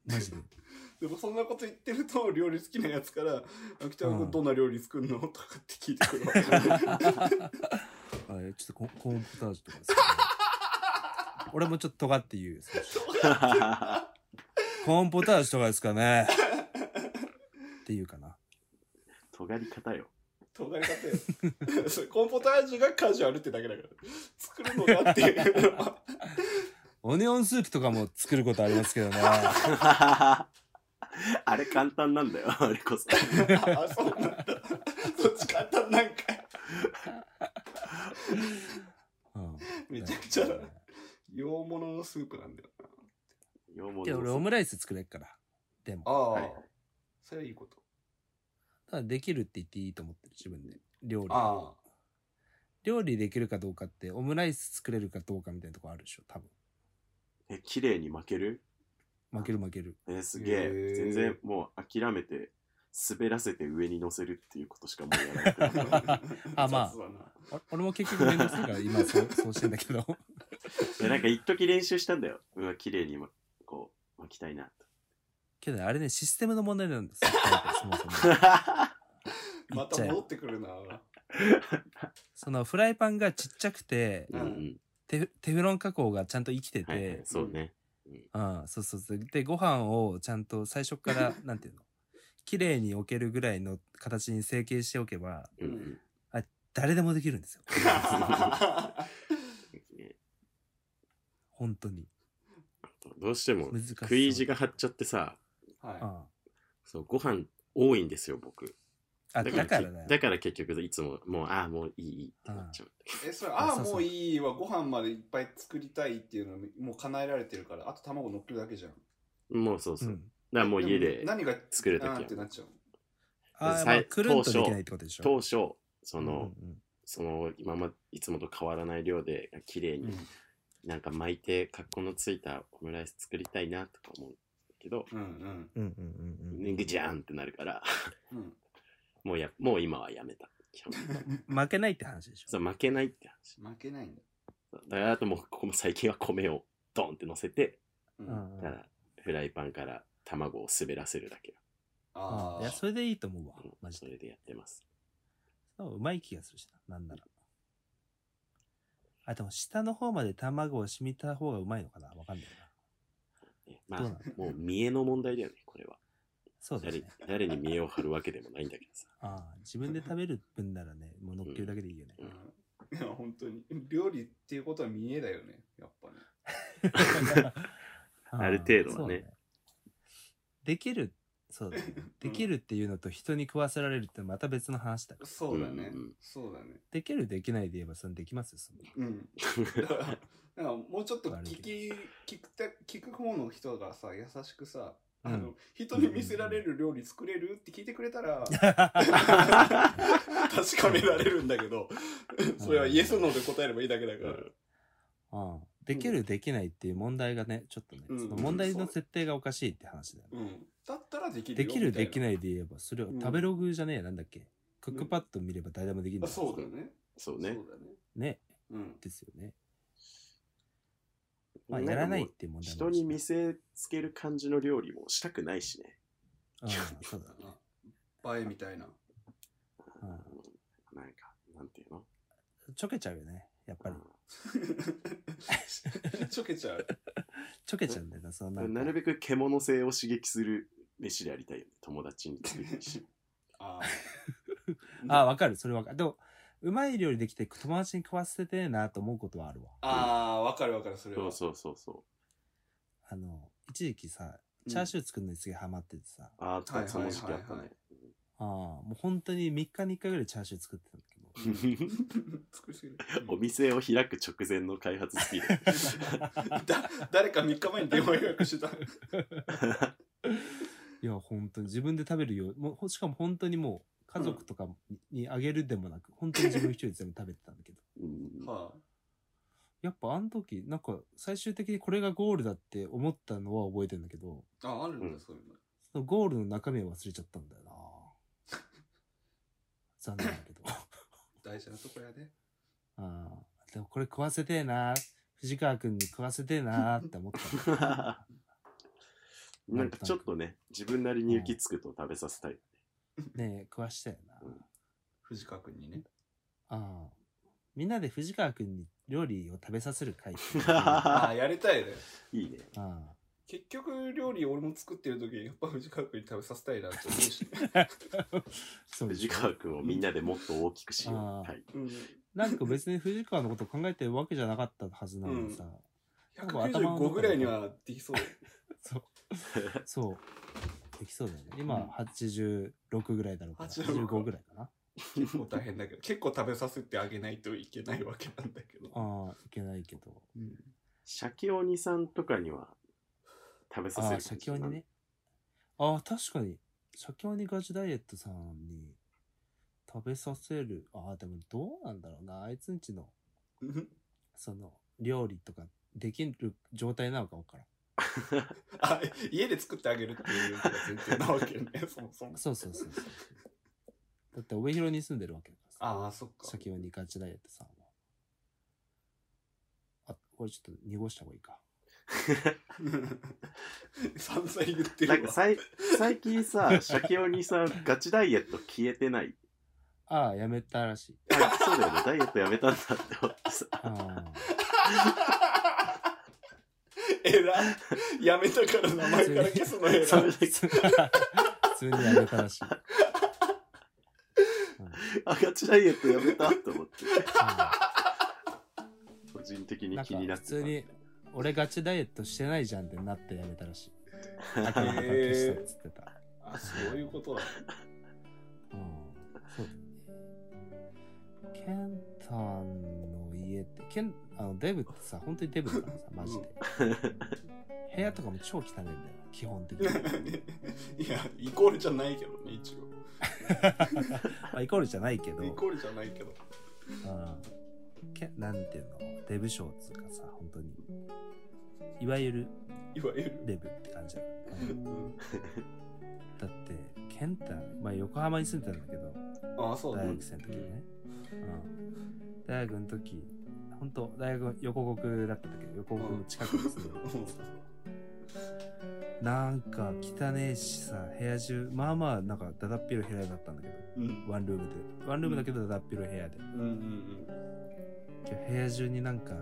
Speaker 3: マジで。
Speaker 5: でもそんなこと言ってると料理好きなやつから「あ北川
Speaker 3: う
Speaker 5: 君
Speaker 3: ん
Speaker 5: どんな料理作るの?」とかって聞いてく るわけ
Speaker 3: あれちょっとココーンポタージュとかですね俺もちょっと尖って言うよ。少しコーンポタージュとかですかね。っていうかな。
Speaker 4: 尖り方よ。
Speaker 5: 尖り方よそれコーンポタージュがカジュアルってだけだから作るのだっていう のは
Speaker 3: オニオンスープとかも作ることありますけどね。
Speaker 4: あれ簡単なんだよ、あれこそ。
Speaker 5: あそうなんだそっち簡単なんか
Speaker 3: うん、
Speaker 5: めちゃくちゃ洋物のスープなんだよな
Speaker 4: 洋物
Speaker 3: いや、俺オムライス作れっから。でも。
Speaker 5: ああ、
Speaker 4: はい
Speaker 5: それはいいこと
Speaker 3: だできるって言っていいと思ってる、自分で。料理。
Speaker 5: ああ
Speaker 3: 料理できるかどうかって、オムライス作れるかどうかみたいなとこあるでしょ、多分。
Speaker 4: え、綺麗に巻ける
Speaker 3: 負ける負ける。
Speaker 4: えーすげえ
Speaker 5: へー
Speaker 4: 全然もう諦めて、滑らせて上に乗せるっていうことしかもうや らなくなる
Speaker 3: あまあ
Speaker 5: 雑だな
Speaker 3: あ俺も結局面倒くさいから今そう、そうしてんだけど。
Speaker 4: え、なんか一時練習したんだよ。うわ、綺麗に、ま、こう、巻きたい なと。
Speaker 3: けどあれね、システムの問題なんですよ。そもそも。
Speaker 5: また戻ってくるな。
Speaker 3: そのフライパンがちっちゃくて、
Speaker 4: うんうん。
Speaker 3: テフテフロン加工がちゃんと生きてて、
Speaker 4: はいはい、そうね。
Speaker 3: うん、そうそうそう。で、ご飯をちゃんと最初から、 なんていうの綺麗に置けるぐらいの形に成形しておけば、
Speaker 4: うんう。
Speaker 5: うん
Speaker 3: 誰でもできるんですよ。
Speaker 4: ね
Speaker 3: 本当に。
Speaker 4: どうしても
Speaker 3: 難しそう
Speaker 4: 食い意地が張っちゃってさ、
Speaker 5: はい
Speaker 3: うん。
Speaker 4: そうご飯多いんですよ、僕。
Speaker 3: あ、だからだよ。
Speaker 4: だから結局いつも、もう、ああ、もういい、いいってなっちゃう。
Speaker 5: え、それ、ああ、
Speaker 3: そうそう
Speaker 5: もういいわ、ご飯までいっぱい作りたいっていうのもう叶えられてるから、あと卵乗っけるだけじゃん。
Speaker 4: もうそうそうう。だか
Speaker 3: ん。
Speaker 4: らもう家
Speaker 5: も
Speaker 4: で、
Speaker 5: 何が
Speaker 4: 作る時は
Speaker 5: あーってなっちゃう。
Speaker 3: あー、ま
Speaker 4: さ
Speaker 3: あ、
Speaker 4: い
Speaker 3: くるんとできないってことでしょ。
Speaker 4: 当初、そ
Speaker 3: うんう
Speaker 4: の、
Speaker 3: ん
Speaker 4: その、今ま、いつもと変わらない量で、綺麗に、なんか巻いて、格好のついたオムライス作りたいなとか思うけど、
Speaker 5: うんうん
Speaker 3: うんうんうんうん
Speaker 4: ねぐじゃんってなるから、
Speaker 5: うん。
Speaker 4: もうや、もう今はやめた。基本
Speaker 3: 負けないって話でし
Speaker 4: そ
Speaker 3: ょ。
Speaker 4: う、負けないって話。
Speaker 5: 負けないんだ。
Speaker 4: だから、あともう、ここも最近は米をドンって乗せて、
Speaker 5: う。
Speaker 3: うんんう
Speaker 4: だ
Speaker 3: ん
Speaker 4: か。ら、フライパンから卵を滑らせるだけ。
Speaker 5: あ
Speaker 3: いや、そ
Speaker 5: あ、
Speaker 3: れでいいと思うわ
Speaker 4: うん。
Speaker 3: マジ
Speaker 4: そ
Speaker 3: で。
Speaker 4: れでやってます。
Speaker 3: そう、うまい気がするしな。なんなら。あ、でも下の方まで卵を染みた方がうまいのかなわかんないな。
Speaker 4: ねま
Speaker 3: どうな
Speaker 4: あ、もう見栄の問題だよね、これは。
Speaker 3: そうですね。
Speaker 4: 誰誰に見栄を張るわけでもないんだけど さ。
Speaker 3: ああ、自分で食べる分ならね、もう乗っけるだけでいいよね。
Speaker 5: うん。いや、本当に。料理っていうことは見えだよね、やっぱね。
Speaker 3: あ
Speaker 4: ある程度はね
Speaker 3: そうできる、そうだね。できるっていうのと人に食わせられるってまた別の話だから。
Speaker 5: そうだね
Speaker 4: うんうん。
Speaker 5: そうだね。
Speaker 3: できるできないで言えばそれできますよ、そんな
Speaker 5: うん。だから なんかもうちょっと聞き、聞くた、聞く方の人がさ、優しくさ、あの、
Speaker 3: うん
Speaker 5: 人に見せられる料理作れるって聞いてくれた ら、確かめられるんだけ ど、それはイエスノーで答えればいいだけだから。
Speaker 3: うんできるできないっていう問題がね、ちょっとね、
Speaker 5: うん
Speaker 3: その問題の設定がおかしいって話だよね。
Speaker 5: うん。だったらできる
Speaker 3: で
Speaker 5: よ
Speaker 3: きるでき
Speaker 5: い
Speaker 3: ないで言えば、それは食べログじゃねえや、なんだっけ。クックパッド見れば誰でもできるん
Speaker 5: な。あ
Speaker 3: だから
Speaker 5: そうだね。
Speaker 4: そうね
Speaker 5: そ。うだね。
Speaker 3: ね、
Speaker 5: うん。
Speaker 3: ですよね。まあ、やらないっていう問題も
Speaker 4: 人
Speaker 3: あるし
Speaker 4: に見せつける感じの料理もしたくないしね。
Speaker 3: うんそうだね。
Speaker 5: 映えみたい な。
Speaker 3: うん
Speaker 4: なんか、なんていうの
Speaker 3: ちょけちゃうよね。やっぱり。
Speaker 5: ちょけち ゃう。
Speaker 3: ちょけちゃうんだよな、そんな
Speaker 4: うんん
Speaker 3: か。
Speaker 4: なるべく獣性を刺激する飯でありたいよね。友達に作るし。
Speaker 5: あ
Speaker 3: ああ、わかる。それわかる。でも、うまい料理できて友達に食わせてえなと思うことはあるわ。
Speaker 5: あ。ああー、わかるわかる、それ
Speaker 4: そ
Speaker 5: は。
Speaker 4: うそうそうそ
Speaker 3: あの、一時期さ、チャーシュー作るのにすげえハマっててさ、
Speaker 4: う。ああ、
Speaker 5: はいはいはいはい
Speaker 4: 楽しくやったね。
Speaker 3: ああ、もう本当に3日に1回ぐらいチャーシュー作ってたんだけど、
Speaker 5: 作りすぎる。
Speaker 4: お店を開く直前の開発スピー
Speaker 5: だ誰か3日前に電話予約してた。
Speaker 3: いや、本当に自分で食べるよ。もうほしかも本当にもう、家族とかにあげるでもなく、本当に自分一人で全部食べてたんだけど。
Speaker 4: ド。うん
Speaker 5: は
Speaker 3: やっぱあの時、なんか最終的にこれがゴールだって思ったのは覚えてんだけど、
Speaker 5: あ、ああるんだ、
Speaker 4: うん
Speaker 5: そういうの。
Speaker 3: そのゴールの中身を忘れちゃったんだよな 残念だけど。
Speaker 5: 大事なとこやで。
Speaker 3: ああ、でもこれ食わせてえな。藤川くんに食わせてえなって 思ったの。
Speaker 4: なんかちょっとね、自分なりに行き着くと食べさせたい。
Speaker 3: ねえ、食わしたよな。
Speaker 5: 藤川君にね。
Speaker 3: ああ。みんなで藤川くんに料理を食べさせる会。 あ
Speaker 5: ああ、
Speaker 4: い
Speaker 5: やりたいね。
Speaker 4: いね。
Speaker 3: あ。
Speaker 5: 結局、料理俺も作ってる時に、やっぱ藤川君に食べさせたいなって思うし。
Speaker 3: そうです
Speaker 4: 藤川君をみんなでもっと大きくしよう。
Speaker 3: あー
Speaker 4: はい、
Speaker 5: うん。
Speaker 3: なんか別に藤川のこと考えてるわけじゃなかったはずなのにさ。
Speaker 5: 195ぐらいにはできそう。
Speaker 3: そう。そう。できそうだよね。今、86ぐらいだろうから。
Speaker 5: 86
Speaker 3: 85ぐらいかな。
Speaker 5: 結構大変だけど、結構食べさせてあげないといけないわけなんだけど。
Speaker 3: ああ、いけないけど。
Speaker 5: うん
Speaker 4: シャキオニさんとかには食べさせ
Speaker 3: あ
Speaker 4: る
Speaker 3: あ、
Speaker 4: 感じ
Speaker 3: 先ほどにね。ああ、確かに。社協にガチダイエットさんに食べさせる、ああ、でもどうなんだろうな。あいつんちの、その、料理とかできる状態なのか分からん。
Speaker 5: あ家で作ってあげるっていうのが前提なわけね そもそも
Speaker 3: そうそうそうそう。だって帯広に住んでるわけだからさ。
Speaker 5: ああそっか
Speaker 3: 社協にガチダイエットさんは。あ、これちょっと濁した方がいいか。
Speaker 5: 散々言って
Speaker 4: なん
Speaker 5: る
Speaker 4: か
Speaker 5: わ
Speaker 4: さい最近さ、シャキオにさ、ガチダイエット消えてない。
Speaker 3: ああ、やめたらしい。
Speaker 4: あそうだよね、ダイエットやめたんだって思ってさ。
Speaker 3: あ
Speaker 5: えらいやめたから名前から消すのえ
Speaker 3: あ。
Speaker 5: ら
Speaker 3: そ
Speaker 5: いう
Speaker 3: です。普通にやめたらしい。うん
Speaker 4: あ、ガチダイエットやめたって思って。個人的に
Speaker 3: なん
Speaker 4: 気にな
Speaker 3: か
Speaker 4: っ
Speaker 3: 普
Speaker 4: て
Speaker 3: 通に、俺ガチダイエットしてないじゃんってなってやめたらしい。
Speaker 4: た
Speaker 3: あきらかに消したっつってた。
Speaker 5: あそういうことだ
Speaker 3: うんそうだねケンタンの家って、ケン、あの、デブってさ、本当にデブだからさ、マジ で。部屋とかも超汚いんだよ、基本的に。
Speaker 5: いやイコールじゃないけどね一応
Speaker 3: ま あ、イコールじゃないけど、
Speaker 5: イコールじゃないけど
Speaker 3: うんけなんていうの、デブ賞っつうかさ、本当に。いわゆる
Speaker 5: いわゆる、
Speaker 3: デブって感じだ、う
Speaker 5: うんん、
Speaker 3: だって、ケンタン、まあ横浜に住んでたんだけど、
Speaker 5: ああそうだ
Speaker 3: 大学生の時ね、うん、大学の時本当大学横国だったんだけど横国の近くに住んで
Speaker 5: うん
Speaker 3: なんか汚ねえしさ部屋中まあまあなんかだだっぴろい部屋だったんだけど
Speaker 5: うん
Speaker 3: ワンルームでワンルームだけどだだっぴろい部屋で
Speaker 5: うんうん
Speaker 3: 部屋中になんか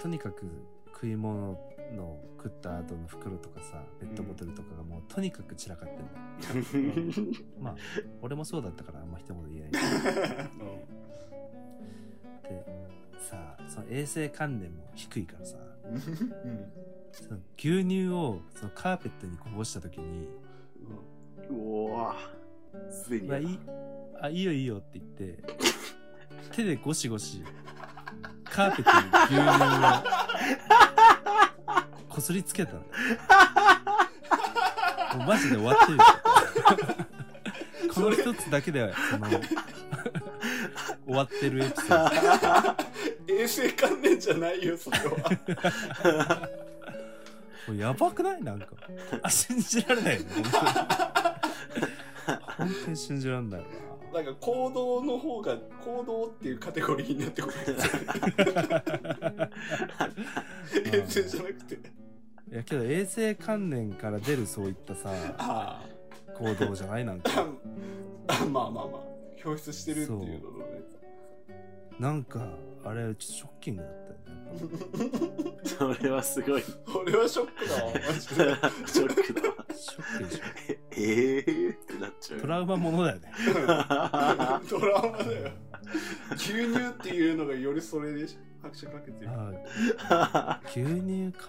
Speaker 3: とにかく食い物の食った後の袋とかさペットボトルとかがもうとにかく散らかってんの、まあ俺もそうだったからあんま一言言えないけどでさその衛生観念も低いからさ
Speaker 5: うんうん
Speaker 3: その牛乳をそのカーペットにこぼした時に
Speaker 4: うおぁ、すで
Speaker 3: 「
Speaker 4: に
Speaker 3: うわいいあいいよいいよ」って言って手でゴシゴシカーペットに牛乳をこすりつけたのもうマジで終わってるでしょこの一つだけでその終わってるエピソード
Speaker 5: 衛生観念じゃないよそれは
Speaker 3: これやばくないなんか。あ、信じられないよね。本当に本当に信じられないわ。
Speaker 5: なんか行動の方が行動っていうカテゴリーになってこない衛生じゃなくて
Speaker 3: いやけど衛生観念から出るそういったさ
Speaker 5: あ
Speaker 3: 行動じゃないなん
Speaker 5: あ
Speaker 3: か
Speaker 5: まあまあまあ表出してるっていうののね
Speaker 3: なんかあれちょっとショッキングだったよねやっ
Speaker 4: それはすごい、シ
Speaker 5: 俺はショックだわマジで
Speaker 4: ョックだわ。
Speaker 3: ぱショッキングでし
Speaker 4: えーってなっちゃ
Speaker 3: ょ
Speaker 4: う。
Speaker 3: トラウマものだよね
Speaker 5: ドラマだよ牛乳っていうのがよりそれで拍車かけて る
Speaker 3: ああ牛乳カ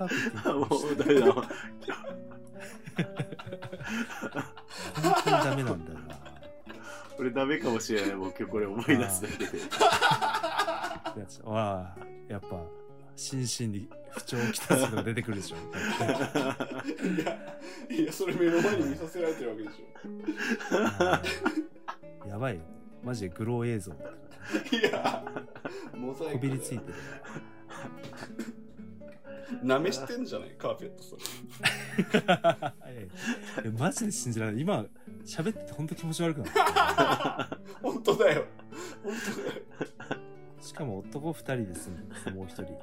Speaker 3: ーペットに
Speaker 4: も
Speaker 3: こぼし
Speaker 4: う
Speaker 3: た
Speaker 4: ダメだわ。
Speaker 3: 本当にダメなんだよな
Speaker 4: 俺ダメかもしれない。もう今日これ思い 出すだけで。
Speaker 3: やつわあやっぱ心身に不調をきたすのが出てくるでしょ
Speaker 5: いやいやそれ目の前に見させられてるわけでし
Speaker 3: うんやばいよね。マジでグロー映像だからね
Speaker 5: ょいやモザイクだ
Speaker 3: こ
Speaker 5: よ
Speaker 3: びりついてる。
Speaker 5: なめしてんじゃないカーペットそれ
Speaker 3: いやいやマジで信じられない。今、喋ってて本当気持ち悪くなった。
Speaker 5: 本当だよ本当
Speaker 3: しかも男二人で住んでるもう一人。
Speaker 5: だよ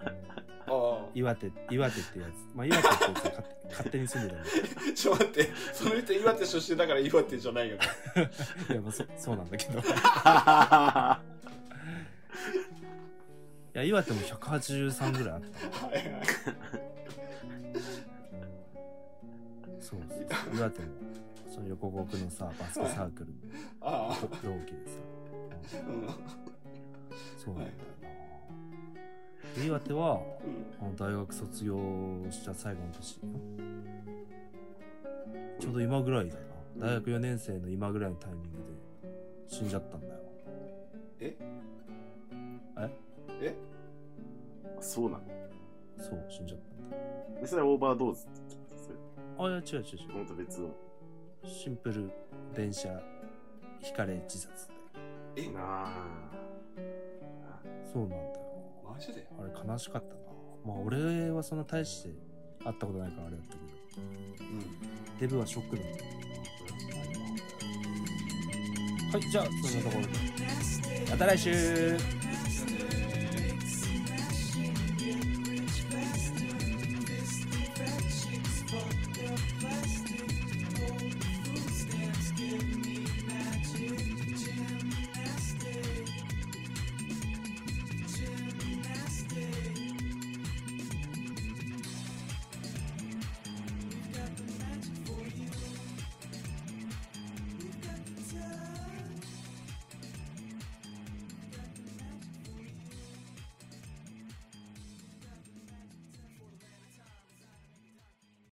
Speaker 5: あ
Speaker 3: 岩手、岩手ってやつ。まあ岩手ってやつは勝手 勝手に住んでたんだ
Speaker 5: あちょっと待ってその人岩手出身だから岩手じゃないよね
Speaker 3: けど。いや、まあそそうなんだけど。いや、岩手も183ぐらいあった。
Speaker 5: はいはい
Speaker 3: そうそうそう岩手も。その横国のさ、バスケサークルの
Speaker 5: ああ
Speaker 3: 同期でさ。
Speaker 5: うん
Speaker 3: そうなんだよな。で岩手は、
Speaker 5: うん
Speaker 3: あの大学卒業した最後の年ちょうど今ぐらいだな大学4年生の今ぐらいのタイミングで死んじゃったんだよ
Speaker 5: え
Speaker 3: え
Speaker 5: え
Speaker 4: そうなの
Speaker 3: そう死んじゃったんだ
Speaker 4: でそれはオーバードーズって言ってた。
Speaker 3: あいや違う違う違う
Speaker 4: それ、ほんと別の。
Speaker 3: シンプル電車ひかれ自殺
Speaker 5: え
Speaker 4: なあ
Speaker 3: そうなんだよ
Speaker 5: マジで
Speaker 3: あれ悲しかったなまあ俺はそんな大して会ったことないからあれだったけど
Speaker 5: うん
Speaker 3: デブはショックだったはいじゃあそんなところでまた来週